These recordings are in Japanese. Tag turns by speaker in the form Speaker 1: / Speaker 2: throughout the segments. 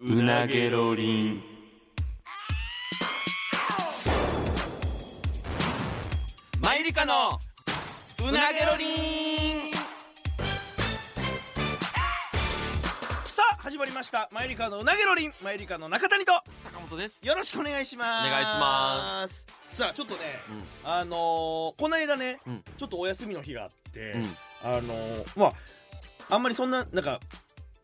Speaker 1: うなげろりん
Speaker 2: マイリカのうなげろりん
Speaker 3: さあ始まりましたマユリカのうなげろりんマユリカの中谷と
Speaker 2: 坂本です
Speaker 3: よろしくお願いします
Speaker 2: お願いします
Speaker 3: さあちょっとね、あのー、この間ね、
Speaker 2: うん
Speaker 3: ちょっとお休みの日があって、
Speaker 2: うん
Speaker 3: あのー、まああんまりそんななんか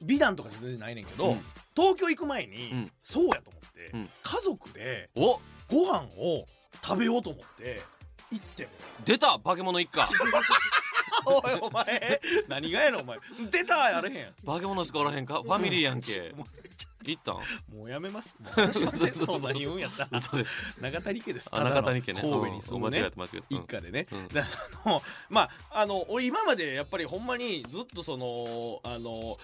Speaker 3: 美談とかじゃ全然ないねんけど、
Speaker 2: うん
Speaker 3: 東京行く前に、
Speaker 2: うん
Speaker 3: そうやと思って、
Speaker 2: うん
Speaker 3: 家族で
Speaker 2: お
Speaker 3: ご飯を食べようと思って行って ん
Speaker 2: 出た化け物一家
Speaker 3: おいお前 何がやのお前出たやれへんやん
Speaker 2: 化け物しかおらへんかファミリーやん け
Speaker 3: も
Speaker 2: 行ったん
Speaker 3: うもうやめますもう私はね そんなに言うんやったら
Speaker 2: 嘘です
Speaker 3: 長谷家です。
Speaker 2: あ中谷家ね
Speaker 3: ただの神戸に住む
Speaker 2: うん間違
Speaker 3: ね
Speaker 2: え。た間違えたうん
Speaker 3: 一家でね、
Speaker 2: うん
Speaker 3: だからあのまああの俺今までやっぱりほんまにずっとそのあの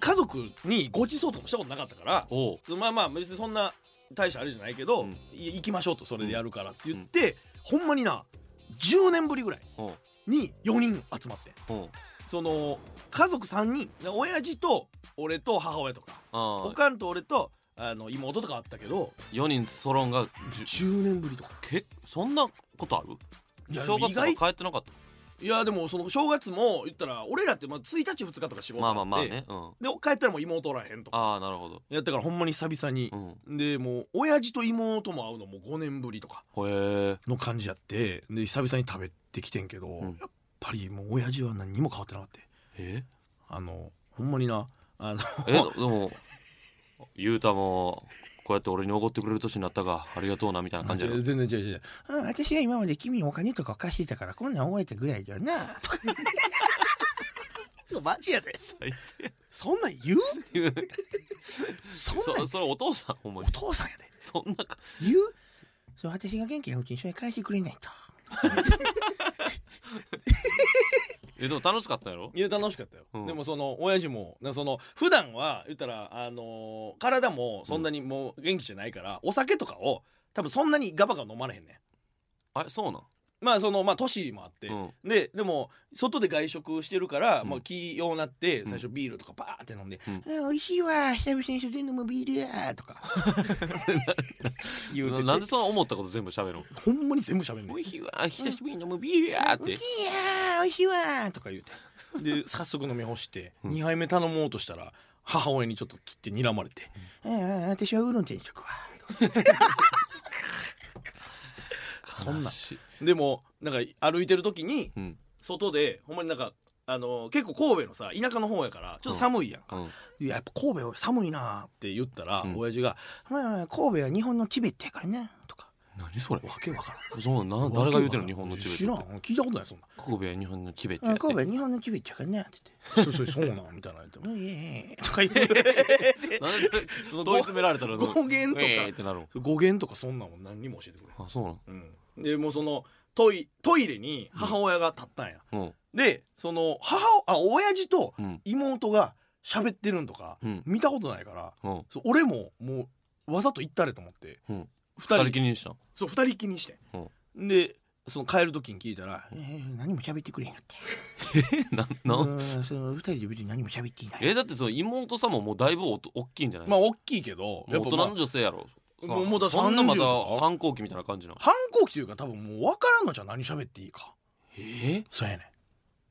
Speaker 3: 家族にご馳走とかもしたことなかったから
Speaker 2: おう
Speaker 3: まあまあ別にそんな大したあれじゃないけど、
Speaker 2: うん
Speaker 3: い行きましょうとそれでやるからって言って、ほんまにな10年ぶりぐらい
Speaker 2: おう
Speaker 3: に4人集まって
Speaker 2: おう
Speaker 3: その家族3人親父と俺と母親とか
Speaker 2: あ
Speaker 3: お
Speaker 2: あ
Speaker 3: かんと俺とあの妹とかあったけど
Speaker 2: 四人揃うんがじゅ
Speaker 3: 10年ぶりとか
Speaker 2: けそんなことある
Speaker 3: いや
Speaker 2: 正月
Speaker 3: 意
Speaker 2: と
Speaker 3: 外
Speaker 2: か帰ってなかった
Speaker 3: いやでもその正月も言ったら俺らってまあ1日2日とか仕事
Speaker 2: ま
Speaker 3: あっ
Speaker 2: あ
Speaker 3: て
Speaker 2: まあまあねうん
Speaker 3: で帰ったらもう妹おらへんとか
Speaker 2: ああなるほど
Speaker 3: やったからほんまに久々に
Speaker 2: う、ん
Speaker 3: でもう親父と妹も会うのも5年ぶりとか
Speaker 2: へえ
Speaker 3: の感じやってで久々に食べてきてんけど、
Speaker 2: ん
Speaker 3: やっぱりもう親父は何にも変わってなかった
Speaker 2: え
Speaker 3: あのほんまになあの
Speaker 2: えでもゆうたもこうやって俺におごってくれる年になったがありがとうなみたいな感じや ろ
Speaker 3: 全然違う違う、うん、私は今まで君にお金とか貸してたからこんなん覚えたぐらいだよな とかマジやで
Speaker 2: 最低
Speaker 3: そんなん言う
Speaker 2: 言う
Speaker 3: そんなん
Speaker 2: そそれお父さんほんまに
Speaker 3: お父さんやで
Speaker 2: そんなか
Speaker 3: 言うそう私が元気なうちにそれ返してくれないと
Speaker 2: えでも楽しかったやろ
Speaker 3: いや楽しかったよ、
Speaker 2: うん
Speaker 3: でもその親父もなその普段は言ったら、あのー体もそんなにもう元気じゃないから、お酒とかを多分そんなにガバガバ飲まれへんね
Speaker 2: あれそうなん
Speaker 3: んまあそのまあ年もあって、
Speaker 2: うん
Speaker 3: ででも外で外食してるから、
Speaker 2: うん
Speaker 3: まあ気ようなって
Speaker 2: ん
Speaker 3: 最初ビールとかバーって飲んで
Speaker 2: うん
Speaker 3: 「うん美味しいわ久々に酒飲むビールや」と か言うて
Speaker 2: な
Speaker 3: て
Speaker 2: なんでその思ったこと全部喋るの
Speaker 3: ほんまに全部喋んねん
Speaker 2: おいしいわ久しぶりに飲むビールやーって
Speaker 3: いやー美味しいわーとか言うてで早速飲み干して
Speaker 2: うん
Speaker 3: 2杯目頼もうとしたら母親にちょっと切って睨まれて「うんうん私はウーロン茶にしとくわ」 そんな
Speaker 2: 悲しい
Speaker 3: でもなんか歩いてる時に
Speaker 2: うん
Speaker 3: 外でほんまになんかあのー結構神戸のさ田舎の方やからちょっと寒いやん
Speaker 2: う
Speaker 3: か、
Speaker 2: ん
Speaker 3: いややっぱ神戸寒いなーって言ったら、
Speaker 2: うん
Speaker 3: 親父が「まあまあ神戸は日本のチベットやからね」とか
Speaker 2: 何それ
Speaker 3: わけわからん
Speaker 2: そうなん誰が言うてんの日本のチベット
Speaker 3: 知らん聞いたことないそんな
Speaker 2: 神戸や日本のチベットや
Speaker 4: あ
Speaker 2: って
Speaker 4: 神戸日本のチビちゃうからねって
Speaker 3: そうそうそうなんみたいな言って
Speaker 4: 言って。いえいえ。
Speaker 3: とか言って
Speaker 2: なんでそ
Speaker 3: その
Speaker 2: れ問い詰められたら
Speaker 3: 語源とか
Speaker 2: えーってなるの
Speaker 3: 語源とかそんなんも何にも教えてくれ
Speaker 2: あそうなの
Speaker 3: うん、でもうそのトイトイレに母親が立ったんや、
Speaker 2: うん
Speaker 3: でその母あ親父と
Speaker 2: うん
Speaker 3: 妹が喋ってるんとか
Speaker 2: うん
Speaker 3: 見たことないから
Speaker 2: うん
Speaker 3: そう俺ももうわざと行ったれと思って、
Speaker 2: うん
Speaker 3: 二
Speaker 2: 二
Speaker 3: 人
Speaker 2: 人きりにしたん
Speaker 3: そう二人きりにして、でその帰る時に聞いたら
Speaker 4: えー何も喋ってくれへんのって。
Speaker 2: な な
Speaker 4: うんその二人で別に何も喋っていない。
Speaker 2: えだってその妹さんももうだいぶおと大きいんじゃない
Speaker 3: まあ大きいけど
Speaker 2: もう大人
Speaker 3: まあ
Speaker 2: の女性やろ
Speaker 3: もうもうだ
Speaker 2: そんなま
Speaker 3: 30と
Speaker 2: た
Speaker 3: か
Speaker 2: 反抗期みたいな感じなの
Speaker 3: 反抗期というか多分もう分からんのじゃ何喋っていいか
Speaker 2: え
Speaker 3: そうやね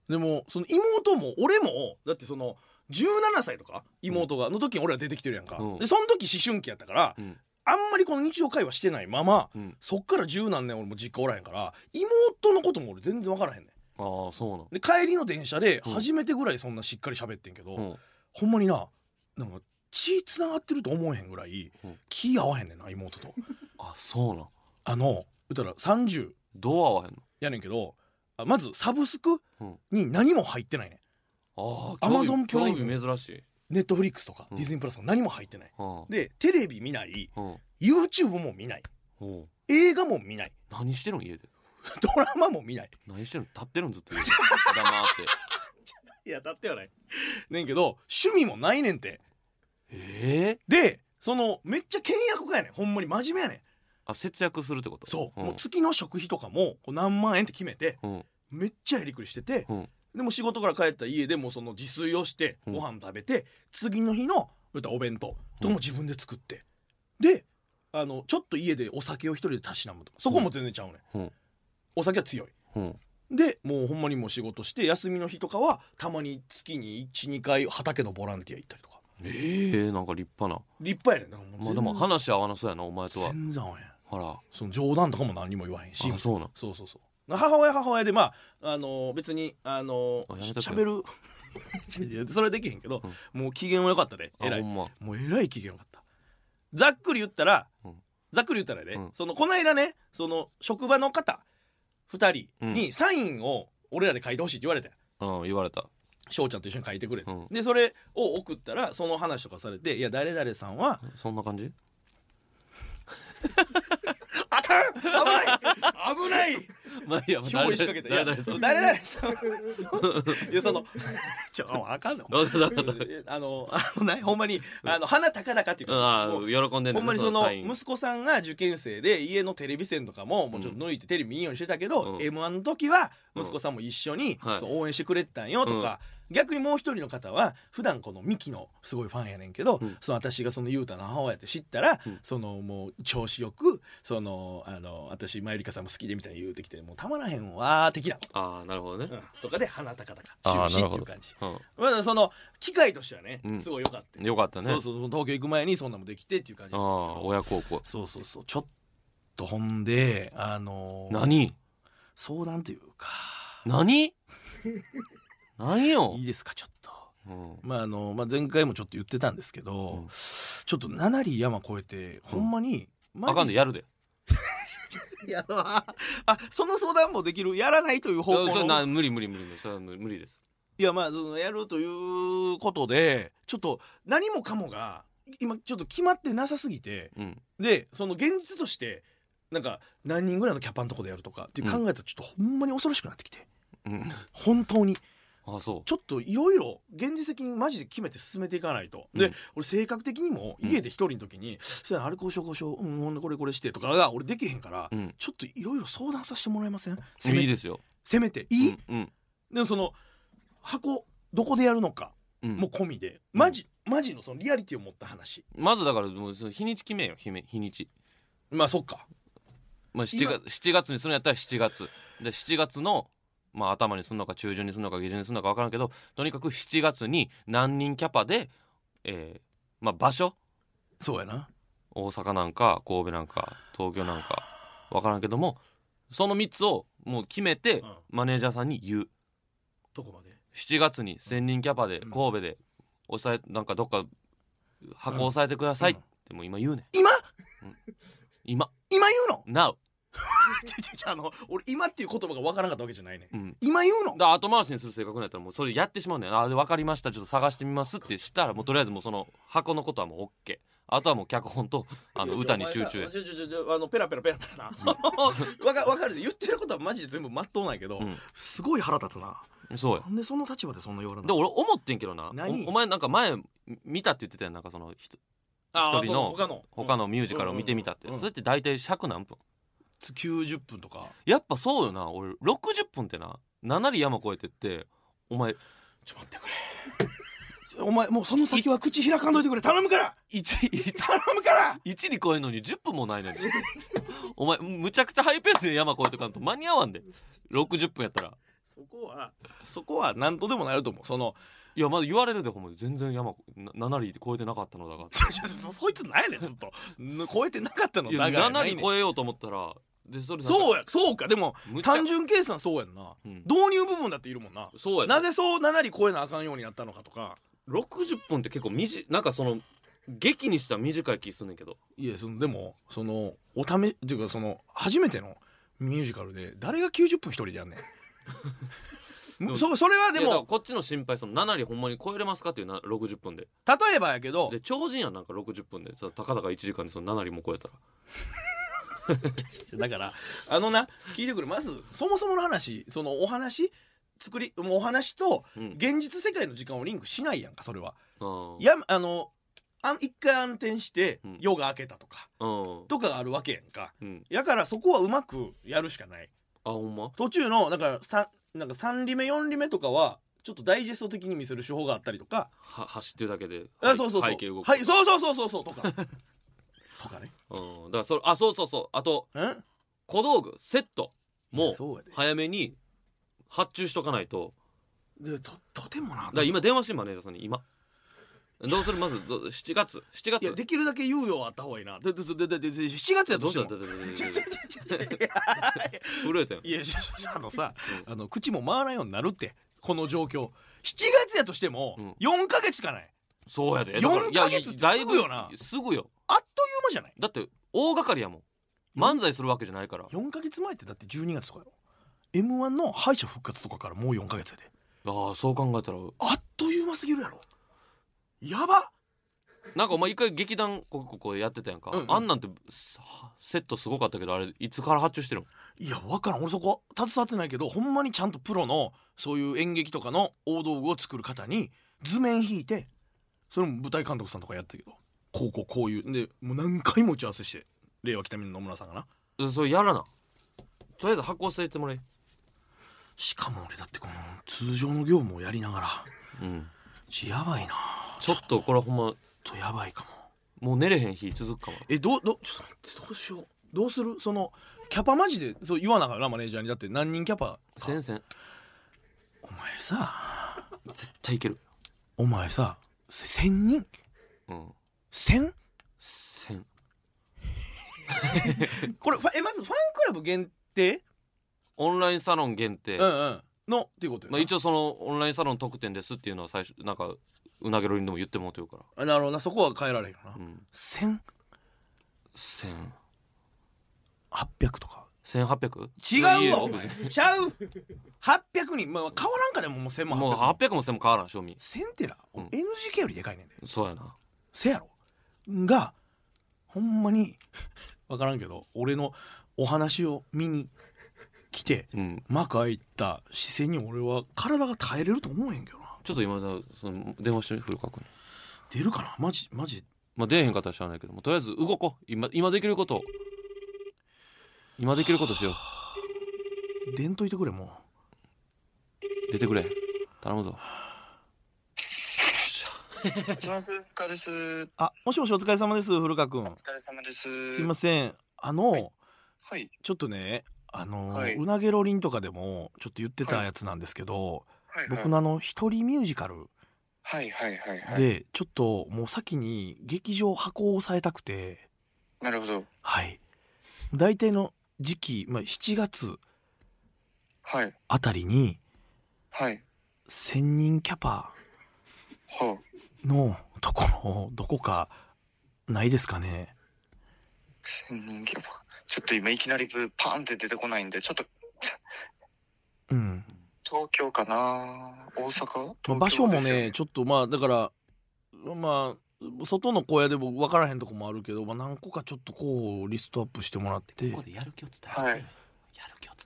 Speaker 3: んでもその妹も俺もだってその17歳とか妹がの時に俺ら出てきてるやんか、
Speaker 2: うん
Speaker 3: でその時思春期やったから、
Speaker 2: うん
Speaker 3: あんまりこの日常会話してないまま
Speaker 2: うん
Speaker 3: そっから十何年俺も実家おらへんから妹のことも俺全然分からへんねん
Speaker 2: ああそうなの
Speaker 3: で帰りの電車で
Speaker 2: うん
Speaker 3: 初めてぐらいそんなしっかり喋ってんけど、
Speaker 2: うん
Speaker 3: ほんまにななんか血つながってると思えへんぐらい
Speaker 2: うん
Speaker 3: 気合わへんねんな妹と
Speaker 2: あそうなん
Speaker 3: あの言ったら30
Speaker 2: どう合わへん
Speaker 3: やねんけどあまずサブスク
Speaker 2: うん
Speaker 3: に何も入ってないねん
Speaker 2: のああ
Speaker 3: Amazon
Speaker 2: 興味
Speaker 3: プライ
Speaker 2: 珍しい
Speaker 3: ネットフリックスとか
Speaker 2: うん
Speaker 3: ディズニープラスとか何も入ってない。
Speaker 2: うん
Speaker 3: で、テレビ見ない、
Speaker 2: うん
Speaker 3: YouTube も見ない、
Speaker 2: うん
Speaker 3: 映画も見ない、
Speaker 2: 何してるん家で
Speaker 3: ドラマも見ない。
Speaker 2: 何してるの立ってるんずっと家で黙って
Speaker 3: いや、だってはない。ねんけど、趣味もないねんて。
Speaker 2: ええ
Speaker 3: で、その、めっちゃ倹約家やねん。ほんまに真面目やねん。
Speaker 2: あ節約するってこと
Speaker 3: そう。
Speaker 2: ん
Speaker 3: もう月の食費とかも、こう何万円って決めて、
Speaker 2: うん
Speaker 3: めっちゃやりくりしてて、
Speaker 2: うん
Speaker 3: でも仕事から帰ったら家でもうその自炊をして、
Speaker 2: うん
Speaker 3: ご飯食べて、次の日の言ったらお弁当とかも自分で作って、であのちょっと家でお酒を一人でたしなむとかそこも全然ちゃうね、
Speaker 2: うん
Speaker 3: お酒は強い
Speaker 2: うん
Speaker 3: でもうほんまにもう仕事して休みの日とかはたまに月に12回畑のボランティア行ったりとか
Speaker 2: えー、なんか立派な
Speaker 3: 立派やねなんか
Speaker 2: まあでも
Speaker 3: 全
Speaker 2: 話合わなそうやなお前とは
Speaker 3: 全然合わへん
Speaker 2: ほら
Speaker 3: その冗談とかも何も言わへんし
Speaker 2: あそうなん
Speaker 3: そうそうそう母親は母親でまあ、あのー別に、あの
Speaker 2: あ
Speaker 3: ー、
Speaker 2: やめ
Speaker 3: し
Speaker 2: とけ
Speaker 3: しゃべ るいやそれはできへんけど、もう機嫌は良かったで
Speaker 2: あ
Speaker 3: 偉
Speaker 2: ほ
Speaker 3: い
Speaker 2: んま
Speaker 3: もうえらい機嫌よかったざっくり言ったら、
Speaker 2: うん
Speaker 3: ざっくり言ったらね、
Speaker 2: うん
Speaker 3: そのこの間ねその職場の方2人
Speaker 2: う
Speaker 3: にサインを俺らで書いてほしいって言われて
Speaker 2: うん言われた
Speaker 3: 翔ちゃんと一緒に書いてくれって、
Speaker 2: うん
Speaker 3: でそれを送ったらその話とかされて「いや誰々さんは
Speaker 2: そんな感じ
Speaker 3: あかん危ない危ない!」
Speaker 2: まあいや
Speaker 3: ひょうい仕掛けた。いや、誰
Speaker 2: さん
Speaker 3: 々さん。いや、その、ちょ、あかんの。
Speaker 2: わかったわかった
Speaker 3: あの、あのね、ほんまに、あの、鼻高々っていうか、もう
Speaker 2: うんあ喜んでんね
Speaker 3: ほんまにそ
Speaker 2: サ
Speaker 3: の
Speaker 2: イン
Speaker 3: 息子さんが受験生で家のテレビ線とかももうちょっと抜いてテレビ見んようにしてたけど、
Speaker 2: うん
Speaker 3: m 1の時は息子さんも一緒に
Speaker 2: はい
Speaker 3: そう応援してくれてたんよとか、逆にもう一人の方は普段このミキのすごいファンやねんけど、
Speaker 2: うん
Speaker 3: その私がその雄太の母親って知ったら、
Speaker 2: うん
Speaker 3: そのもう調子よくそのあの私マユリカさんも好きでみたいに言うてきてもうたまらへんわー的な、
Speaker 2: ああなるほど
Speaker 3: う
Speaker 2: ね
Speaker 3: んとかで鼻高
Speaker 2: あ
Speaker 3: 々
Speaker 2: ー
Speaker 3: 終始
Speaker 2: な
Speaker 3: って
Speaker 2: る
Speaker 3: い
Speaker 2: ほ
Speaker 3: う
Speaker 2: ど
Speaker 3: 感じ。
Speaker 2: う
Speaker 3: まだその機会としてはね、
Speaker 2: うん
Speaker 3: すごい良かった
Speaker 2: ん
Speaker 3: よ。
Speaker 2: よかったね
Speaker 3: そうそうそう東京行く前にそんなんもできてっていう感じ
Speaker 2: あ
Speaker 3: だったけ
Speaker 2: あ
Speaker 3: ど
Speaker 2: 親孝行
Speaker 3: そうそうそうちょっとほんであのー
Speaker 2: 何
Speaker 3: 相談というか
Speaker 2: 何何よ
Speaker 3: いいですかちょっと、
Speaker 2: うん
Speaker 3: まああのまあ、前回もちょっと言ってたんですけど、
Speaker 2: うん
Speaker 3: ちょっと7里山越えてほんまに、マジ
Speaker 2: あかんでやるで
Speaker 3: やろあその相談もできるやらないという方
Speaker 2: いやそ
Speaker 3: 向
Speaker 2: れ
Speaker 3: の
Speaker 2: な無理無理無理無理それは無無理です
Speaker 3: いやまあそのやるということでちょっと何もかもが今ちょっと決まってなさすぎて
Speaker 2: うん
Speaker 3: でその現実としてなんか何人ぐらいのキャパのとこでやるとかっていう考えたらちょっとほんまに恐ろしくなってきて、
Speaker 2: うん
Speaker 3: 本当に
Speaker 2: あそう
Speaker 3: ちょっといろいろ現実的にマジで決めて進めていかないと、
Speaker 2: う
Speaker 3: で
Speaker 2: ん
Speaker 3: 俺性格的にも
Speaker 2: うん
Speaker 3: 家で一人の時に「そうやなあれこうしようこうしよううんほんでこれこれして」とかが俺できへんから、
Speaker 2: うん
Speaker 3: ちょっといろいろ相談させてもらえませんせめ
Speaker 2: いいですよ
Speaker 3: せめていい、
Speaker 2: うんうん
Speaker 3: でもその箱どこでやるのか
Speaker 2: うん
Speaker 3: も込みでマジ、マジのそのリアリティを持った話
Speaker 2: まずだからもうその日にち決めよ日め日にち
Speaker 3: まあそっか
Speaker 2: まあ、7, 月7月にするんやったら7月で7月の、まあ、頭にするのか中旬にするのか下旬にするのか分からんけどとにかく7月に何人キャパで、えーまあ、場所
Speaker 3: そうやな
Speaker 2: 大阪なんか神戸なんか東京なんか分からんけどもその3つをもう決めて、
Speaker 3: うん
Speaker 2: マネージャーさんに言う
Speaker 3: どこまで
Speaker 2: 7月に1,000人キャパで
Speaker 3: うん
Speaker 2: 神戸で抑えなんかどっか箱押さえてください、
Speaker 3: うん
Speaker 2: でも今言うね
Speaker 3: 今
Speaker 2: 今
Speaker 3: 今言うの
Speaker 2: Now、
Speaker 3: ちょちょちょあの俺今っていう言葉がわからなかったわけじゃないね
Speaker 2: うん、
Speaker 3: 今言うの
Speaker 2: だから後回しにする性格になったらもうそれやってしまうんだよなあで分かりましたちょっと探してみますってしたらもうとりあえずもうその箱のことはもう OK あとはもう脚本とあの
Speaker 3: いや
Speaker 2: 歌に集中
Speaker 3: お
Speaker 2: や
Speaker 3: 前さちょちょちょちょあのペラペラペラペラなそのわかわかるで言ってることはマジで全部まっとうなんやけど、
Speaker 2: う
Speaker 3: すごい腹立つな。
Speaker 2: ん そうや
Speaker 3: なんでその立場でそんな言われな
Speaker 2: で
Speaker 3: の？
Speaker 2: 俺思ってんけどな
Speaker 3: 何
Speaker 2: おお前なんか前見たって言ってたやんなんかそのひと
Speaker 3: あー
Speaker 2: 一人の
Speaker 3: そう他の
Speaker 2: 他のミュージカルを見てみたって
Speaker 3: うんうんうん
Speaker 2: それって大体尺何分
Speaker 3: 九十分とか
Speaker 2: やっぱそうよな俺60分ってな7里山越えてってお前
Speaker 3: ちょっと待ってく れ。お前もうその先は口開かんといてくれ頼むから
Speaker 2: 1
Speaker 3: 頼むから
Speaker 2: 一里越えるのに10分もないのにお前むちゃくちゃハイペースで山越えてかんと間に合わんで60分やったら
Speaker 3: そこはそこは何とでもなると思うその
Speaker 2: いやまだ言われるでほんまに全然山な7里越えてなかったのだが
Speaker 3: ちょちょちょそいつ何やねんずっとぬ超えてなかっ たの
Speaker 2: いや
Speaker 3: だから
Speaker 2: 7
Speaker 3: な
Speaker 2: 里
Speaker 3: いねん
Speaker 2: 越えようと思ったらでそれなんか
Speaker 3: そうやそうかでも
Speaker 2: むちゃ
Speaker 3: 単純計算そうやんな
Speaker 2: うん
Speaker 3: 導入部分だっているもんな
Speaker 2: そうや
Speaker 3: なぜそう7割超えなあかんようになったのかとか
Speaker 2: 60分って結構短いなんかその劇にしたら短い気すんねんけど
Speaker 3: いやそのでもそのお試しっていうかその初めてのミュージカルで誰が90分一人でやんね ん
Speaker 2: も
Speaker 3: そそれはいで
Speaker 2: やだから
Speaker 3: も
Speaker 2: こっちの心配その7里ほんまに超えれますかっていうな60分で
Speaker 3: 例えばやけど
Speaker 2: で超人やんなんか60分でそのたかだか1時間でその7里も超えたら
Speaker 3: だからあのな聞いてくれまずそもそもの話そのお話作りもうお話と
Speaker 2: うん
Speaker 3: 現実世界の時間をリンクしないやんかそれは。
Speaker 2: うん
Speaker 3: やあのあん一回暗転して
Speaker 2: うん
Speaker 3: 夜が明けたとか、
Speaker 2: うん
Speaker 3: とかがあるわけやんか。
Speaker 2: うん
Speaker 3: やからそこはうまくやるしかない。
Speaker 2: あほんま
Speaker 3: 途中のだからさなんか3里目4里目とかはちょっとダイジェスト的に見せる手法があったりとか、
Speaker 2: は走ってるだけで
Speaker 3: あそうそうそう
Speaker 2: 背景動く、
Speaker 3: はいそうそうそうそうそうとかとかね
Speaker 2: うん、だからそれあそうそうそうあと
Speaker 3: うん
Speaker 2: 小道具セットも
Speaker 3: そうやで
Speaker 2: 早めに発注しとかないと
Speaker 3: でととてもな
Speaker 2: だから今電話してマネージャーさんに今どうするまずど7月7月
Speaker 3: いやできるだけ猶予はあった方がいいなでででででで7月やと
Speaker 2: どう
Speaker 3: し
Speaker 2: してた
Speaker 3: も
Speaker 2: どうしたどう
Speaker 3: ちょ
Speaker 2: し
Speaker 3: ち
Speaker 2: た
Speaker 3: ょ
Speaker 2: どう
Speaker 3: ち
Speaker 2: し
Speaker 3: ょちょちょ
Speaker 2: た震えたよ
Speaker 3: いやししあのさあの口も回らんようになるってこの状況7月やとしても
Speaker 2: うん
Speaker 3: 4か月しかない
Speaker 2: そうやで
Speaker 3: 4
Speaker 2: だからいや
Speaker 3: ヶ月って
Speaker 2: だいぶ
Speaker 3: すぐよな
Speaker 2: すぐよ
Speaker 3: あっという間じゃない
Speaker 2: だって大掛かりやもん漫才するわけじゃないから
Speaker 3: 4か月前ってだって12月とかよ m 1の敗者復活とかからもう4か月やで
Speaker 2: ああそう考えたら
Speaker 3: あっという間すぎるやろやば
Speaker 2: なんかお前一回劇団こここやってたやんか、
Speaker 3: うんうん
Speaker 2: あんなんてさセットすごかったけどあれいつから発注してるの
Speaker 3: いや分からん俺そこ携わってないけどほんまにちゃんとプロのそういう演劇とかの大道具を作る方に図面引いてそれも舞台監督さんとかやってたけどこうこうこういうでもう何回も打ち合わせして令和北見の野村さんがな
Speaker 2: えそれやらなとりあえず発行していってもらえ
Speaker 3: しかも俺だってこの通常の業務をやりながら
Speaker 2: うん
Speaker 3: ちやばいな
Speaker 2: ちょっとこれほんま
Speaker 3: ちょっとやばいかも
Speaker 2: もう寝れへん日続くかも
Speaker 3: えどうどうちょっと待ってどうしようどうするそのキャパマジでそう言わなあかんよなマネージャーにだって何人キャパ
Speaker 2: 先生
Speaker 3: お前さ
Speaker 2: 絶対いける
Speaker 3: お前させ1000人
Speaker 2: うん
Speaker 3: 1000?
Speaker 2: 千
Speaker 3: これファえまずファンクラブ限定
Speaker 2: オンラインサロン限定、
Speaker 3: うんうんのっていうことよな
Speaker 2: まあ、一応そのオンラインサロン特典ですっていうのは最初なんかうなげろりんでも言ってもうてるか
Speaker 3: あなるほどなそこは変えられへんよな
Speaker 2: らうん
Speaker 3: 1800
Speaker 2: 千
Speaker 3: とか
Speaker 2: 千八百
Speaker 3: 違うわお前ちゃう800人まあ変わらんかでももう1000も
Speaker 2: もう
Speaker 3: 800
Speaker 2: 800も1000も変わらん賞味
Speaker 3: 千ってな、
Speaker 2: うん
Speaker 3: NGK よりでかいねんで
Speaker 2: そうやな
Speaker 3: せやろがほんまに 分からんけど俺のお話を見に来て
Speaker 2: うん
Speaker 3: 幕開いた視線に俺は体が耐えれると思えへんけどな
Speaker 2: ちょっと今だその電話してみ古川君に
Speaker 3: 出るかなマジマジ
Speaker 2: まあ出えへんかったら知らないけどもうとりあえず動こう今今できることを今できることしよ
Speaker 3: 出んといてくれもう
Speaker 2: う出てくれ頼むぞ
Speaker 5: もしもし、かです。お疲
Speaker 3: あもしもしお疲れ様です古川君
Speaker 5: れ様です。
Speaker 3: すいませんあの、
Speaker 5: はいはい、
Speaker 3: ちょっとねあの、
Speaker 5: はいう
Speaker 3: なげろりんとかでもちょっと言ってたやつなんですけど、
Speaker 5: はい、
Speaker 3: 僕のあの一人ミュージカル
Speaker 5: はい、はい、はい、はい。
Speaker 3: でちょっともう先に劇場箱を抑えたくて
Speaker 5: なるほど。
Speaker 3: はい大体の時期、まあ、7月
Speaker 5: はい、
Speaker 3: あたりに
Speaker 5: はい、
Speaker 3: 1,000人キャパ
Speaker 5: は
Speaker 3: のところどこかないですかね
Speaker 5: あ、千人規模。ちょっと今いきなりブパーンって出てこないんで、ちょっと
Speaker 3: うん、
Speaker 5: 東京かな、
Speaker 3: ま
Speaker 5: 大阪。
Speaker 3: あ
Speaker 5: 東京
Speaker 3: 場所も
Speaker 5: ですよ
Speaker 3: ね。ちょっとまあだからまあ外の小屋で僕分からへんとこもあるけど、まあ、何個かちょっとこうリストアップしてもらって
Speaker 2: ここでやる気を伝える、
Speaker 5: はい
Speaker 2: やる気を伝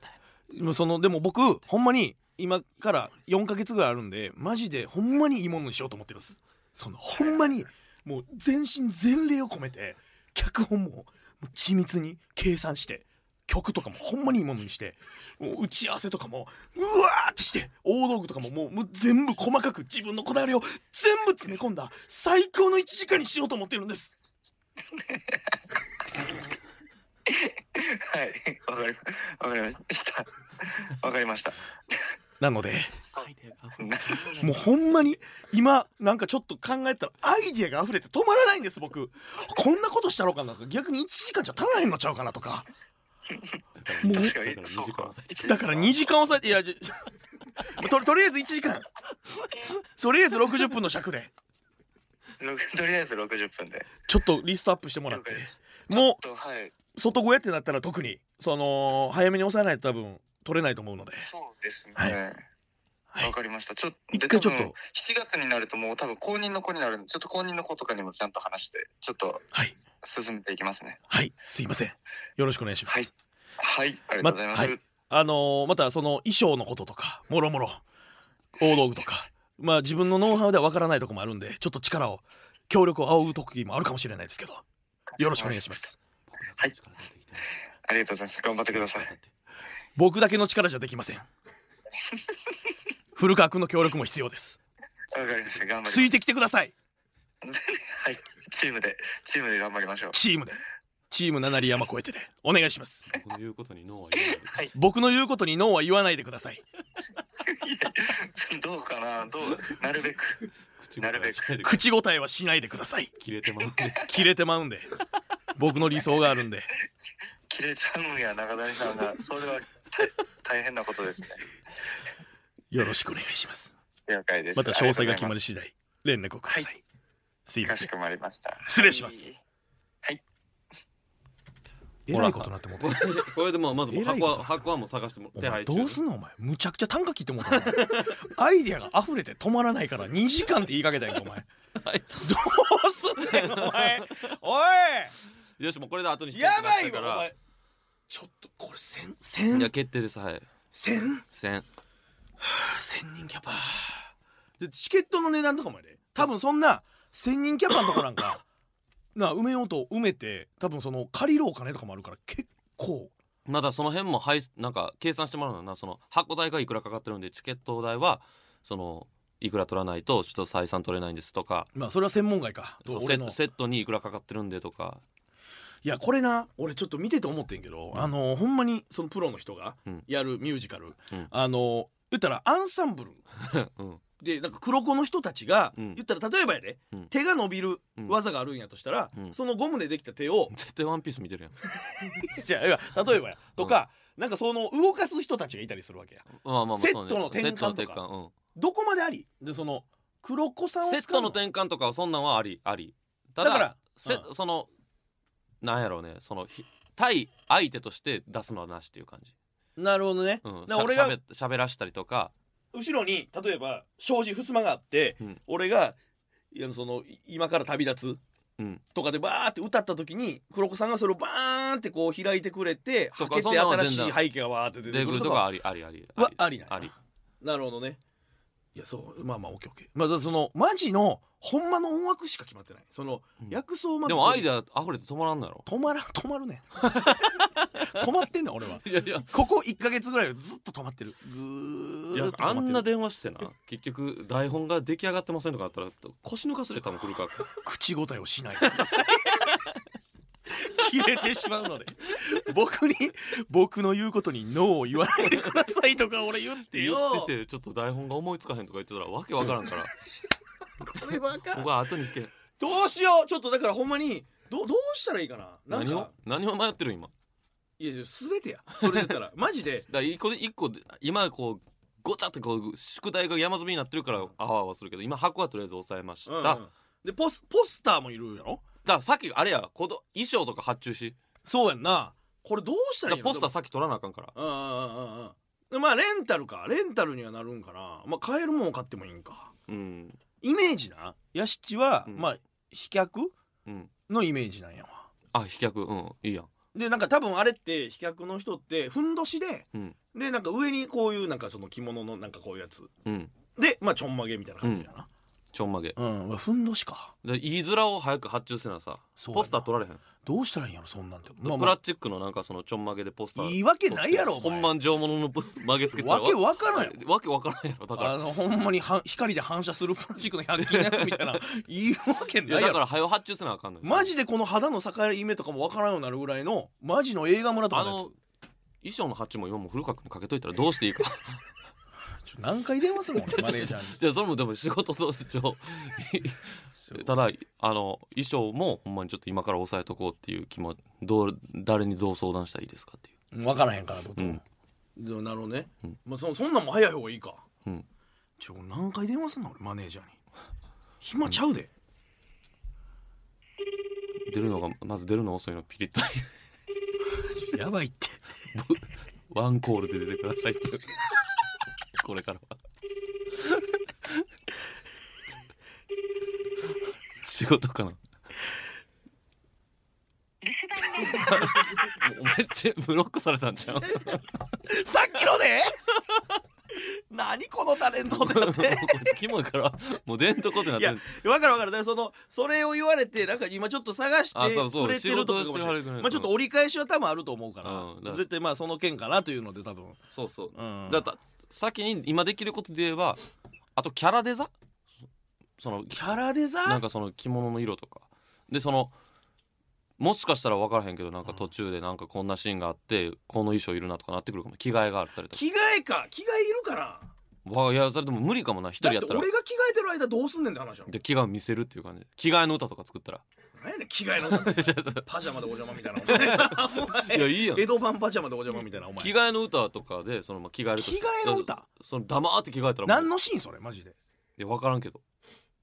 Speaker 2: え
Speaker 3: 今そのでも僕ほんまに今から4ヶ月ぐらいあるんでマジでほんまにいいものにしようと思ってるんですそのほんまにもう全身全霊を込めて脚本ももう緻密に計算して曲とかもほんまにいいものにしてもう打ち合わせとかもうわーってして大道具とかももうもう全部細かく自分のこだわりを全部詰め込んだ最高の1時間にしようと思ってるんです
Speaker 5: はい、わかりま、わかりました。わかりました。
Speaker 3: なので
Speaker 5: そう
Speaker 2: る
Speaker 5: な
Speaker 3: もうほんまに今なんかちょっと考えたらアイディアが溢れて止まらないんです僕こんなことしたろうかなとか逆に1時間じゃ足らへんのちゃうかなとかもう
Speaker 5: 確かに
Speaker 2: だから
Speaker 5: そうか
Speaker 2: 短さ
Speaker 3: だから2時間抑えていやじ ととりあえず1時間とりあえず60分の尺で
Speaker 5: ろくとりあえず60分で。
Speaker 3: ちょっとリストアップしてもらって
Speaker 5: ちょ
Speaker 3: も
Speaker 5: っとはい、
Speaker 3: う外小屋ってなったら特にその早めに抑えないと多分取れないと思うので
Speaker 5: そうですね。
Speaker 3: はい
Speaker 5: わ、
Speaker 3: はい
Speaker 5: かりました。ちょっと、
Speaker 3: 一回ちょっ
Speaker 5: で多分
Speaker 3: と
Speaker 5: 7月になるともう多分公認の子になるんでちょっと公認の子とかにもちゃんと話してちょっと
Speaker 3: はい
Speaker 5: 進めていきますね
Speaker 3: はいすいませんよろしくお願いします、
Speaker 5: はいはいありがとうございます、
Speaker 3: まはいあのーまたその衣装のこととかもろもろ大道具とかまあ自分のノウハウではわからないとこもあるんでちょっと力を協力を仰ぐ時もあるかもしれないですけどよろしくお願いします
Speaker 5: はいありがとうございます頑張ってください
Speaker 3: 僕だけの力じゃできません古川君の協力も必要です
Speaker 5: わかりました頑張ります
Speaker 3: ついてきてください
Speaker 5: はいチームでチームで頑張りましょう
Speaker 3: チームでチーム七里山越えてでお願いします
Speaker 2: ということに脳は言えない
Speaker 5: はい
Speaker 3: 僕の言うことにノーは言わないでください
Speaker 5: いやどうかなどうなるべく
Speaker 2: 口
Speaker 5: なるべく
Speaker 2: 答えが
Speaker 3: 口答えはしないでください
Speaker 2: 切れてまうね
Speaker 3: 切れてまうんで僕の理想があるんで
Speaker 5: 切れちゃうんや中谷さんがそれは大大変なことですね
Speaker 3: よろしくお願いします
Speaker 5: 了解です
Speaker 3: また詳細が決まり
Speaker 5: し
Speaker 3: 次第連絡をください、
Speaker 5: は
Speaker 3: すいま
Speaker 5: か
Speaker 3: せ
Speaker 5: し
Speaker 3: ん
Speaker 5: こまりました
Speaker 3: 失礼しますえ
Speaker 2: ほら
Speaker 3: らいことになってもうた
Speaker 2: これで これでもうまずもう
Speaker 3: えらい
Speaker 2: 箱
Speaker 3: こと
Speaker 2: は箱はもう探しても
Speaker 3: お
Speaker 2: 手
Speaker 3: 前
Speaker 2: 配
Speaker 3: どうすんのお前むちゃくちゃ単価切ってもうたなアイディアが溢れて止まらないから2時間って言いかけたんやんけお前
Speaker 2: はい
Speaker 3: どうすんねんお前お
Speaker 2: よしもうこれで後に
Speaker 3: い
Speaker 2: して
Speaker 3: やばい
Speaker 2: か
Speaker 3: わお
Speaker 2: ら
Speaker 3: 前ちょっとこれ千
Speaker 2: いや
Speaker 3: 千
Speaker 2: 決定ですはい
Speaker 3: 千
Speaker 2: 千
Speaker 3: 千人キャパでチケットの値段とかまで多分そんな千人キャパのとこなんかなあ埋めようと埋めて多分その借りるお金とかもあるから結構
Speaker 2: まだその辺もはいなんか計算してもらうのなその箱代がいくらかかってるんでチケット代はそのいくら取らないとちょっと採算取れないんですとか
Speaker 3: まあそれは専門外か
Speaker 2: そうセ
Speaker 3: 俺
Speaker 2: ッ
Speaker 3: の
Speaker 2: トセットにいくらかかってるんでとか
Speaker 3: いやこれな俺ちょっと見てて思ってんけど、あのほんまにそのプロの人が
Speaker 2: うん
Speaker 3: やるミュージカル、
Speaker 2: うん
Speaker 3: あの言ったらアンサンブル
Speaker 2: うん
Speaker 3: でなんか黒子の人たちが、
Speaker 2: うん
Speaker 3: 言ったら例えばやで、
Speaker 2: うん
Speaker 3: 手が伸びる
Speaker 2: うん
Speaker 3: 技があるんやとしたら、
Speaker 2: うん
Speaker 3: そのゴムでできた手を
Speaker 2: 絶対ワンピース見 てるやん
Speaker 3: じゃあいや例えばやとか、なんかその動かす人たちがいたりするわけや
Speaker 2: まあまあまあ
Speaker 3: セッ
Speaker 2: そうね
Speaker 3: トの転換とか
Speaker 2: セットの
Speaker 3: どこまでありでその黒子さんを
Speaker 2: 転換うん
Speaker 3: 使う
Speaker 2: セットの転換とかはそんなんはありありた
Speaker 3: だ
Speaker 2: だ
Speaker 3: から
Speaker 2: せ
Speaker 3: う
Speaker 2: そのなんやろうねそのひ対相手として出すのはなしっていう感じ
Speaker 3: なるほどね、
Speaker 2: うん
Speaker 3: だか
Speaker 2: し
Speaker 3: ら
Speaker 2: ゃ
Speaker 3: 俺
Speaker 2: し
Speaker 3: が
Speaker 2: ゃべしゃべらしたりとか
Speaker 3: 後ろに例えば障子襖があって、
Speaker 2: うん
Speaker 3: 俺がいやそのい今から旅立つ
Speaker 2: うん
Speaker 3: とかでバーって歌った時に黒子さんがそれをバーンってこう開いてくれて
Speaker 2: と
Speaker 3: は
Speaker 2: か
Speaker 3: け
Speaker 2: そん
Speaker 3: て
Speaker 2: なんは
Speaker 3: 新し
Speaker 2: 全
Speaker 3: い
Speaker 2: 然
Speaker 3: 背景がバーって出
Speaker 2: 出
Speaker 3: て
Speaker 2: て
Speaker 3: く
Speaker 2: く
Speaker 3: る
Speaker 2: る
Speaker 3: と
Speaker 2: と
Speaker 3: か
Speaker 2: かはありありあり
Speaker 3: はありなんや
Speaker 2: あり
Speaker 3: なるほどねいやそうまあまあオッケーオッケーまあだからそのマジのほんまの音楽しか決まってないその、
Speaker 2: うん
Speaker 3: 薬草をまず
Speaker 2: でもアイデア溢れて止まらんのやろ
Speaker 3: 止まらん止まるね 止まってんねん俺はい
Speaker 2: やいや
Speaker 3: ここ1か月ぐらいはずっと止まってるぐ
Speaker 2: い
Speaker 3: ー
Speaker 2: や
Speaker 3: っと止ま
Speaker 2: あ
Speaker 3: ってる
Speaker 2: んな電話してな結局台本が出来上がってませんとかあったら腰抜かすで多分来るから
Speaker 3: 口答えをしないでください 切れてしまうので僕に僕の言うことにノーを言わないでくださいとか俺言って
Speaker 2: 言
Speaker 3: よ
Speaker 2: っててちょっと台本が思いつかへんとか言ってたらわけわから んから
Speaker 3: これはあかん
Speaker 2: 僕は後に引け
Speaker 3: どうしようちょっとだからほんまにどどうしたらいいかななん
Speaker 2: 何を
Speaker 3: か
Speaker 2: 何を迷ってる今だか
Speaker 3: いやいや全てやそれだ ったらマジで
Speaker 2: ら一個で一個で今こうごちゃってこう宿題が山積みになってるからあわあわするけど今箱はとりあえず押さえました、
Speaker 3: うんうん
Speaker 2: だか
Speaker 3: でポスポスターもいるやろ
Speaker 2: らさっきあれやこの衣装とか発注し
Speaker 3: そうやんなこれどうした
Speaker 2: だ
Speaker 3: ら
Speaker 2: か
Speaker 3: いいの
Speaker 2: らポスターさっき取らなあかんから
Speaker 3: うんうんうんうんうんでまあレンタルかレンタルにはなるんかなまあ買えるもん買ってもいいんか
Speaker 2: うん
Speaker 3: イメージなヤシチは、
Speaker 2: うん
Speaker 3: まあ飛脚
Speaker 2: うん
Speaker 3: のイメージなんやわ
Speaker 2: あ飛脚うんいいやん
Speaker 3: でなんか多分あれって飛脚の人ってふんどしで、
Speaker 2: うん
Speaker 3: でなんか上にこういうなんかその着物のなんかこういうやつ
Speaker 2: うん
Speaker 3: でまあちょんまげみたいな感じやな
Speaker 2: ちょんまげ
Speaker 3: うん、うわふんどしか
Speaker 2: で言いづらを早く発注せなさ
Speaker 3: そうやな
Speaker 2: ポスター取られへん
Speaker 3: どうしたらいいんやろそんなんて、まあ
Speaker 2: プ
Speaker 3: ま
Speaker 2: ラ
Speaker 3: あ
Speaker 2: ス、チックのなんかそのちょんまげでポスター
Speaker 3: 言い訳ないやろお
Speaker 2: ほ
Speaker 3: 前
Speaker 2: んまん上物のぶ曲げつけてた
Speaker 3: わ
Speaker 2: ら
Speaker 3: けわからんやろ
Speaker 2: わけわからんやろだから
Speaker 3: あのほんまには光で反射するプラスチックの100均のやつみ たいな言い訳
Speaker 2: いや
Speaker 3: ないや
Speaker 2: だか
Speaker 3: ろ
Speaker 2: ら早う発注せなあかんのよ
Speaker 3: マジでこの肌の境目とかもわからんようになるぐらいのマジの映画村と
Speaker 2: あ
Speaker 3: かのや
Speaker 2: の衣装の発注も今もう古川君にかけといたらどうしていいか
Speaker 3: つちょ何回電話するの俺マネージャーに
Speaker 2: じゃあそれもでも仕事としてちょただあの衣装もほんまにちょっと今から押さえとこうっていう気もどう誰にどう相談したらいいですかっていう
Speaker 3: 分からへんから僕、
Speaker 2: うん
Speaker 3: でもなるほどね、
Speaker 2: うん
Speaker 3: まあ、そそんなんも早い方がいいか、
Speaker 2: うん
Speaker 3: ちょ何回電話すんの俺マネージャーに暇ちゃうで、
Speaker 2: 出るのがまず出るの遅いのピリッと
Speaker 3: やばいって
Speaker 2: ワンコールで出てくださいっていう これからは 仕事かな お前ってブロックされたんちゃう
Speaker 3: さっきのね何このタレ ントってなって
Speaker 2: もうこいつキモいからもう出んとこってなっ
Speaker 3: い
Speaker 2: て
Speaker 3: や
Speaker 2: る
Speaker 3: 分かる分かるだからそのそれを言われてなんか今ちょっと探して
Speaker 2: あそうそう
Speaker 3: くれてるとか
Speaker 2: 仕
Speaker 3: か
Speaker 2: 事
Speaker 3: も
Speaker 2: をして
Speaker 3: し
Speaker 2: は
Speaker 3: れ
Speaker 2: るぐ
Speaker 3: な
Speaker 2: らい
Speaker 3: い、まあ、ちょっと折り返しは多分あると思うから,、
Speaker 2: うんだから
Speaker 3: 絶対まあその件かなというので多分
Speaker 2: そうそう
Speaker 3: うん
Speaker 2: だった先に今できることで言えばあとキャラデザその
Speaker 3: キャラデザ
Speaker 2: なんかその着物の色とかでそのもしかしたら分からへんけどなんか途中でなんかこんなシーンがあってこの衣装いるなとかなってくるかも着替えがあったりとか
Speaker 3: 着替えか着替えいるから
Speaker 2: わあいやそれでも無理かもな一
Speaker 3: だって
Speaker 2: 人やったら
Speaker 3: 俺が着替えてる間どうすんねんって話やろ
Speaker 2: で着替えを見せるっていう感じで着替えの歌とか作ったら
Speaker 3: 何やねん着替えの パジャマでお邪魔みたいなお前
Speaker 2: いやいいやん
Speaker 3: 江戸版パジャマでお邪魔みたいなお前
Speaker 2: 着替えの歌とかでそのまあ着替えると
Speaker 3: 着替えの歌
Speaker 2: その黙って着替えたらもう
Speaker 3: 何のシーンそれマジで
Speaker 2: いや分からんけど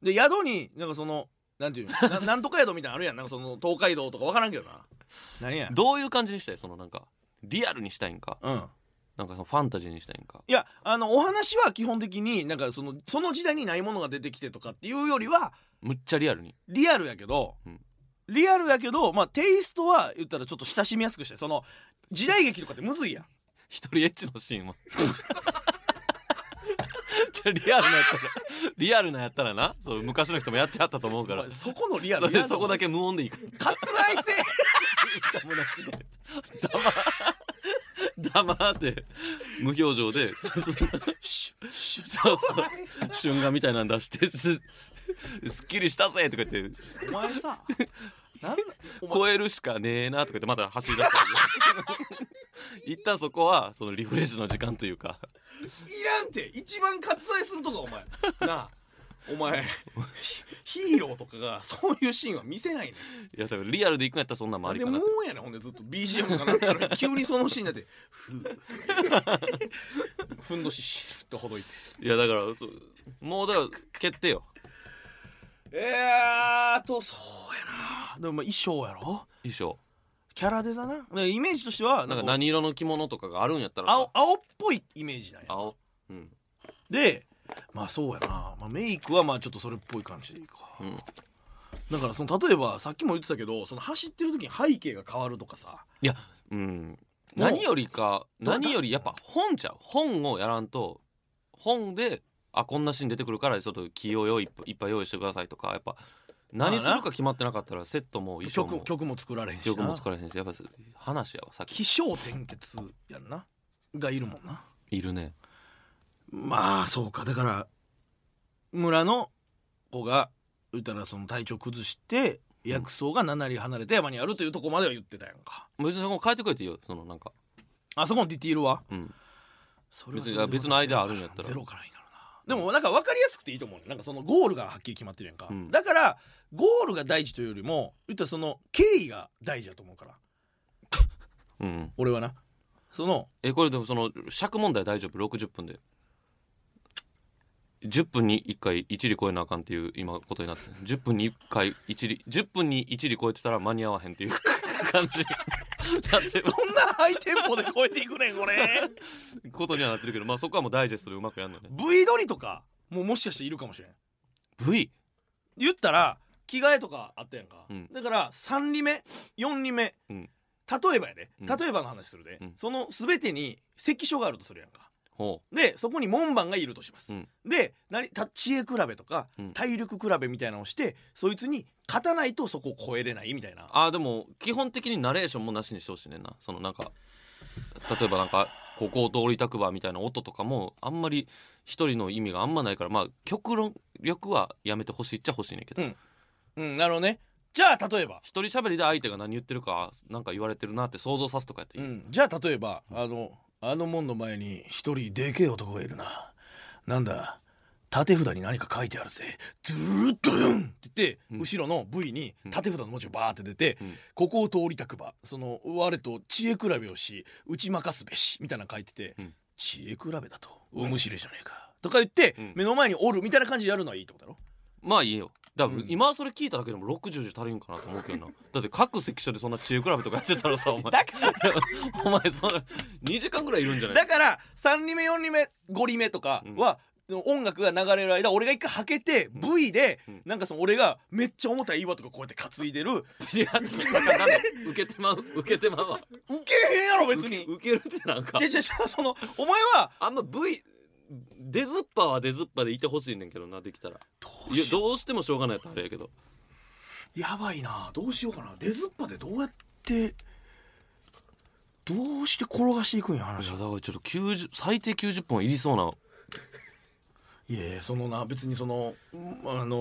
Speaker 3: で宿になんかそのなんていうのななんとか宿みたいなのあるやんなんかその東海道とかわからんけどな何や
Speaker 2: どういう感じにしたいそのなんかリアルにしたいんか
Speaker 3: うん
Speaker 2: なんかそのファンタジーにしたいんか
Speaker 3: いやあのお話は基本的になんかそのその時代にないものが出てきてとかっていうよりは
Speaker 2: むっちゃリアルに
Speaker 3: リアルやけど、
Speaker 2: うん
Speaker 3: リアルやけどまあテイストは言ったらちょっと親しみやすくしてその時代劇とかってむずいやん
Speaker 2: 一人エッチのシーンはじゃあリアルなやったらリアルなやったらなそう昔の人もやってはったと思うから
Speaker 3: お前そこのリア
Speaker 2: そ
Speaker 3: ル
Speaker 2: れそこだ
Speaker 3: け
Speaker 2: け無音でいいから
Speaker 3: 割愛せ
Speaker 2: 友達で黙黙って無表情でそうそう春画みたいなの出してすすっきりしたぜとか言って
Speaker 3: えお前 さなんだお前
Speaker 2: 超えるしかねえなとか言ってまた走り出したり 一旦そこはそのリフレッシュの時間というか
Speaker 3: いらんて一番割愛するとかお前なあお前 ヒーローとかがそういうシーンは見せないね
Speaker 2: いや多分リアルで行くんやったらそんなん
Speaker 3: ん
Speaker 2: も
Speaker 3: な
Speaker 2: あ
Speaker 3: ん
Speaker 2: り
Speaker 3: で
Speaker 2: か
Speaker 3: も
Speaker 2: な
Speaker 3: うやねんほんでずっと BGM かなんかやのに急にそのシーンだってふーとか言 ってふんどしシュッとほどいて
Speaker 2: いやだからそうもうだから決定よ
Speaker 3: えーとそうやなでもまあ衣装やろ
Speaker 2: 衣装
Speaker 3: キャラデザなでイメージとしては
Speaker 2: なんか
Speaker 3: こう
Speaker 2: 何色の着物とかがあるんやったら
Speaker 3: 青青っぽいイメージなんや
Speaker 2: 青うん
Speaker 3: でまあそうやな、まあ、メイクはまあちょっとそれっぽい感じでいいか、
Speaker 2: うん
Speaker 3: だからその例えばさっきも言ってたけどその走ってる時に背景が変わるとかさ
Speaker 2: いやうん何よりか
Speaker 3: ど
Speaker 2: 何よりやっぱ本じゃう本をやらんと本であこんなシーン出てくるからちょっと気を用意いっぱい用意してくださいとかやっぱ何するか決まってなかったらセットも衣装
Speaker 3: 曲
Speaker 2: も
Speaker 3: 曲も作られへんしな
Speaker 2: 曲も疲れへんしやっぱ話やわさっき
Speaker 3: 起承転結やんながいるもんない
Speaker 2: るね
Speaker 3: まあそうかだから村の子が言ったらその体調崩して薬草が7里離れた山にあるというとこまでは言ってたやんか、
Speaker 2: 別にそこ変えてくれていいよそのなんか
Speaker 3: あそこのディティールは
Speaker 2: うん
Speaker 3: それは
Speaker 2: 別に
Speaker 3: それで
Speaker 2: 別のアイデアあるんやったら
Speaker 3: ゼロからになるなでもなんか分かりやすくていいと思うねなんかそのゴールがはっきり決まってるやんか、
Speaker 2: うん
Speaker 3: だからゴールが大事というよりも言ったらその経緯が大事だと思うから
Speaker 2: うん
Speaker 3: 俺はなその
Speaker 2: えこれでもその尺問題大丈夫60分で10分に1回1里超えなあかんっていう今ことになって10分に1回1里10分に1里超えてたら間に合わへんっていう 感じだって
Speaker 3: どんなハイテンポで超えていくねんこれ
Speaker 2: ことにはなってるけどまあそこはもうダイジェストでうまくやんのね
Speaker 3: V 撮りとかもうもしかしているかもしれん
Speaker 2: V
Speaker 3: 言ったら着替えとかあったやんか、
Speaker 2: うん
Speaker 3: だから3里目4里目、
Speaker 2: うん
Speaker 3: 例えばやで、
Speaker 2: うん
Speaker 3: 例えばの話するで、
Speaker 2: うん
Speaker 3: その全てに関所があるとするやんか
Speaker 2: ほ
Speaker 3: でそこに門番がいるとします、
Speaker 2: うん
Speaker 3: で何た知恵比べとか、
Speaker 2: うん
Speaker 3: 体力比べみたいなのをしてそいつに勝たないとそこを超えれないみたいな
Speaker 2: うああでも基本的にナレーションもなしにしてほしいねんなそのなんか例えばなんかここを通りたくばみたいな音とかもあんまり一人の意味があんまないからまあ極論力はやめてほしいっちゃほしいねんけど、
Speaker 3: うんうんなるほどねじゃあ例えば、
Speaker 2: 一人喋りで相手が何言ってるかなんか言われてるなって想像さすとかやって
Speaker 3: う
Speaker 2: いい、
Speaker 3: ん、じゃあ例えばあのあの門の前に一人でけえ男がいるななんだ縦札に何か書いてあるぜドゥルッドゥンって言って、
Speaker 2: うん
Speaker 3: 後ろの V に縦札の文字がバーって出て、
Speaker 2: うん
Speaker 3: ここを通りたくばその我と知恵比べをし打ち負かすべしみたいなの書いてて、
Speaker 2: うん
Speaker 3: 知恵比べだと面白いじゃねえかとか言って、
Speaker 2: うん
Speaker 3: 目の前におるみたいな感じでやるのはいいってことだろ
Speaker 2: まあいいよだから
Speaker 3: うん
Speaker 2: 今それ聞いただけでも60じゃ足りんかなと思うけどな だって各関所でそんな知恵比べとかやってたらさお前お前そんな2時間ぐらいいるんじゃな
Speaker 3: だ
Speaker 2: い
Speaker 3: から3リ目4リ目5リ目とかは、音楽が流れる間俺が一回はけて V で、
Speaker 2: ん
Speaker 3: なんかその俺がめっちゃ重たい岩とかこうやって担いでるウ
Speaker 2: いやちょっとなんかなんか受けてまう受けてまうわ
Speaker 3: ケへんやろ別に
Speaker 2: 受けるってなんか
Speaker 3: じゃじゃじゃそのお前は
Speaker 2: あんま V 出ずっぱは出ずっぱでいてほしいねんけどなできたら
Speaker 3: ど
Speaker 2: いやどうしてもしょうがないとあれやけど
Speaker 3: やばいなどうしようかな出ずっぱでどうやって
Speaker 4: どうして転がしていくんや
Speaker 2: い
Speaker 4: 話
Speaker 2: やだからちょっと90最低90本いりそうない
Speaker 3: やいやそのな別にそのうんあの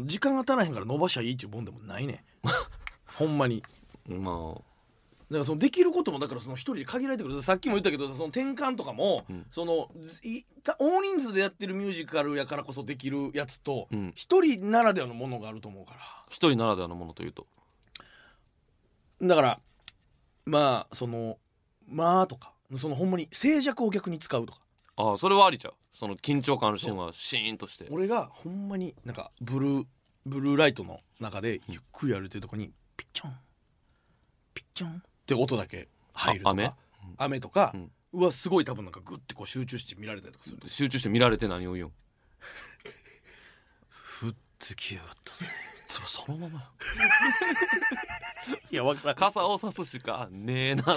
Speaker 3: ー時間が足らへんから伸ばしゃいいっていうもんでもない ねほんまに
Speaker 2: ま
Speaker 3: だからそのできることもだからその一人で限られてくるさっきも言ったけどその転換とかも、
Speaker 2: うん
Speaker 3: そのいた大人数でやってるミュージカルやからこそできるやつと
Speaker 2: あうん
Speaker 3: 一、人ならではのものがあると思うから
Speaker 2: 一人ならではのものというと
Speaker 3: だからまあその「まあ」とかそのほんまに静寂を逆に使うとか
Speaker 2: ああそれはありちゃうその緊張感のシーンはシーンとして
Speaker 3: 俺がほんまになんかブルーブルーライトの中でゆっくり歩いてるとこに
Speaker 4: ピッチョンピッチョン
Speaker 3: って音だけ入るとか
Speaker 2: あ雨
Speaker 3: 雨とか、
Speaker 2: うん
Speaker 3: うわすごい多分なんかグッてこう集中して見られたりとかする
Speaker 2: 集中して見られて何を言うん
Speaker 3: ふってきやがったぜ
Speaker 2: それそのままや
Speaker 3: いやわからん
Speaker 2: 傘を差すしかねえなと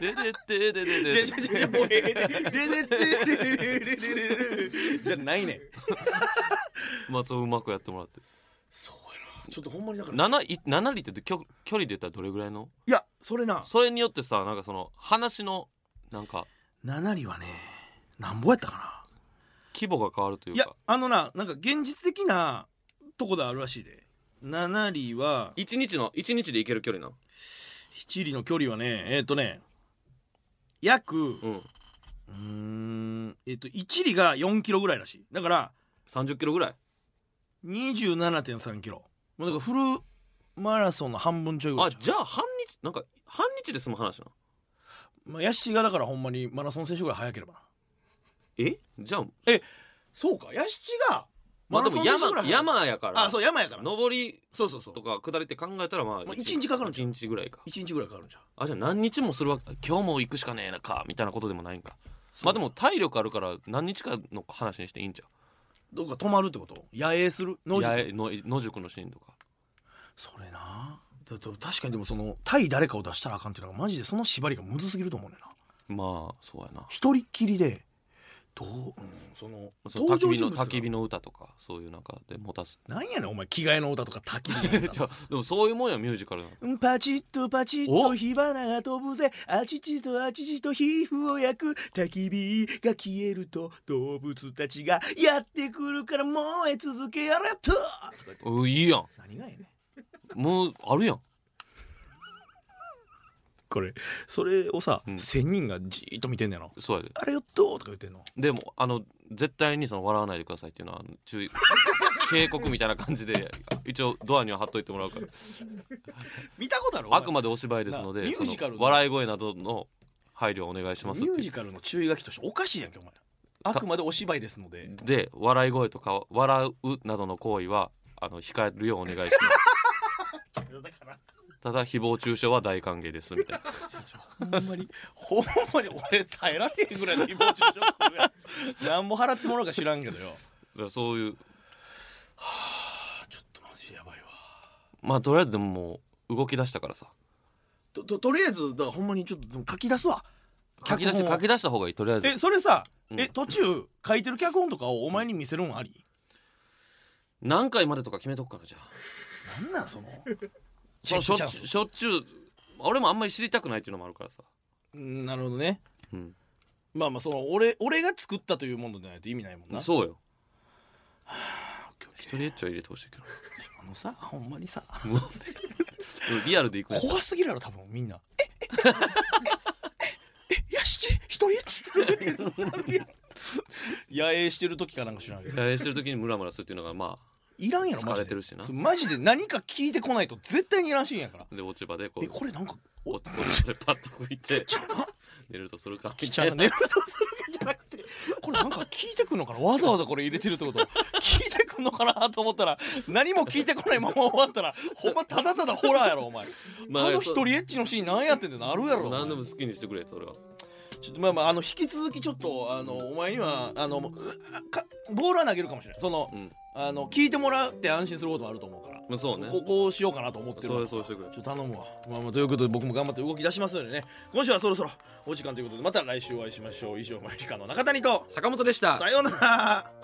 Speaker 2: 言 ってでででで
Speaker 3: い
Speaker 2: で
Speaker 3: や
Speaker 2: で
Speaker 3: いやいやもうええでででででででじゃないねん
Speaker 2: まあそううまくやってもらって
Speaker 3: そうやなちょっとほんまにだから
Speaker 2: 7い七里ってきょ距離で言ったらどれぐらいの
Speaker 3: いやそれな
Speaker 2: それによってさなんかその話のなんか
Speaker 3: 七里はねなんぼやったかな
Speaker 2: 規模が変わるとい
Speaker 3: いうや
Speaker 2: か
Speaker 3: あのななんか現実的なとこであるらしいで七里は
Speaker 2: 一日の一日で行ける距離なの
Speaker 3: 七里の距離はねえっ、とね約う
Speaker 2: うん
Speaker 3: ーんえっ、と一里が4キロぐらいらしいだから
Speaker 2: 30キロぐらい
Speaker 3: 2 7 3キロもうだからフルマラソンの半分ちょいぐら
Speaker 2: あ
Speaker 3: いちゃう
Speaker 2: じゃあ半日なんか半日で済む話な
Speaker 3: まあ、ヤッシーがだからほんまにマラソン選手ぐらい早ければな
Speaker 2: えじゃあ
Speaker 3: そうかヤシチが
Speaker 2: まあでも
Speaker 3: マラソン選手ぐらい
Speaker 2: 山
Speaker 3: 早い
Speaker 2: 山やから
Speaker 3: あそう山やから
Speaker 2: 上り
Speaker 3: そうそうそう
Speaker 2: とか下りって考えたらまあ
Speaker 3: まあ一日かかるんちゃ
Speaker 2: 1日ぐらいか
Speaker 3: 1日ぐらいかかるんじゃん
Speaker 2: あじゃあ何日もするわけ今日も行くしかねえなかみたいなことでもないんか
Speaker 3: そう
Speaker 2: まあでも体力あるから何日かの話にしていいんちゃ
Speaker 3: どっか泊まるってこと野営する
Speaker 2: う
Speaker 3: 農場
Speaker 2: 八重の野宿のシーンとか
Speaker 3: それなだと確かにでもその対誰かを出したらあかんっていうのがマジでその縛りがむずすぎると思うねんな
Speaker 2: まあそうやな
Speaker 3: 一人っきりでどう、うん、その
Speaker 2: そう焚き火の
Speaker 3: が
Speaker 2: 焚き火の歌とかそういうなんかで持たす
Speaker 3: なんやねんお前着替えの歌とか焚き火の
Speaker 2: じ
Speaker 3: 歌
Speaker 2: ゃあでもそういうもんやミュージカルなんか
Speaker 3: うんパチッとパチッと
Speaker 2: お
Speaker 3: 火花が飛ぶぜあちちとあちちと皮膚を焼く焚き火が消えると動物たちがやってくるから燃え続けやれと
Speaker 2: うんいいやん
Speaker 3: 何がやねん
Speaker 2: もうあるやん
Speaker 3: これそれをさ、
Speaker 2: うん
Speaker 3: 千人がじーっと見てんねやろ
Speaker 2: そうやで
Speaker 3: あれよっとーとか言ってんの
Speaker 2: でもあの絶対にその笑わないでくださいっていうのはあの注 意警告みたいな感じで一応ドアには貼っといてもらうから
Speaker 3: 見たことある
Speaker 2: あくまでお芝居ですので
Speaker 3: なミュージカルの
Speaker 2: その笑い声などの配慮をお願いしますっ
Speaker 3: ミュー
Speaker 2: ていう
Speaker 3: ジカルの注意書きとしておかしいやんけお前あくまでお芝居ですので
Speaker 2: で笑い声とか笑うなどの行為はあの控えるようお願いし ますただ誹謗中傷は大歓迎ですみたいな
Speaker 3: ほんまにほんまに俺耐えられへんぐらいの誹謗中傷来るやん何も払ってもらうか知らんけどよ
Speaker 2: だからそういう
Speaker 3: あちょっとマジやばいわ
Speaker 2: まあとりあえずでももう動き出したからさ
Speaker 3: とととりあえずだからほんまにちょっとでも書き出すわ
Speaker 2: 書き出し
Speaker 3: 脚本
Speaker 2: 書
Speaker 3: を
Speaker 2: き出した方がいいとりあえず
Speaker 3: えそれさ、
Speaker 2: うん
Speaker 3: え途中書いてる脚本とかをお前に見せるんあり
Speaker 2: 何回までとか決めとくからじゃあ
Speaker 3: なんなんその
Speaker 2: そのしょっちゅうしょっちゅう俺もあんまり知りたくないっていうのもあるからさ
Speaker 3: うんなるほどね
Speaker 2: うん
Speaker 3: まあまあその俺俺が作ったというものでないと意味ないもんな
Speaker 2: そうよ
Speaker 3: オッケーオッケー
Speaker 2: 一人エッチは入れてほしいけど
Speaker 3: あのさほんまにさ
Speaker 2: うんリアルでいく ね
Speaker 3: 怖すぎるやろ多分みんなえええええヤシチ一人やつ 野営してる時かなんか知らんけど
Speaker 2: 野営してる時にムラムラするっていうのがま
Speaker 3: いらんやろマ
Speaker 2: 疲
Speaker 3: ジ
Speaker 2: れ
Speaker 3: で
Speaker 2: てるしな
Speaker 3: そうマジで何か聞いてこないと絶対にいらんシーンやから
Speaker 2: あで落ち葉でこ
Speaker 3: え
Speaker 2: う
Speaker 3: これなんか
Speaker 2: お落ち葉でパッと拭 いて寝るとするかみ
Speaker 3: きちゃ
Speaker 2: たい
Speaker 3: んが
Speaker 2: な
Speaker 3: 寝るとするかじゃなくてこれなんか聞いてくんのかなわざわざこれ入れてるってこと聞いてくんのかなと思ったら何も聞いてこないまま終わったらほんまただただホラーやろお前、
Speaker 2: まあ
Speaker 3: あ、の一人エッチのシーン何やってんってなるやろお前
Speaker 2: 何でも好きにしてくれそれは
Speaker 3: ちょっとまあまああの引き続きちょっとあのお前にはあのうかボールは投げるかもしれないその,、
Speaker 2: うん
Speaker 3: あの聞いてもらって安心することもあると思うから、
Speaker 2: まあそうね
Speaker 3: ここうしようかなと思ってる
Speaker 2: そ
Speaker 3: わ
Speaker 2: う
Speaker 3: ちょ
Speaker 2: そうしてくれ
Speaker 3: っと頼むわ、まあ、まあということで僕も頑張って動き出しますのでね今週はそろそろお時間ということでまた来週お会いしましょう以上マリカの中谷と
Speaker 2: 坂本でした
Speaker 3: さようなら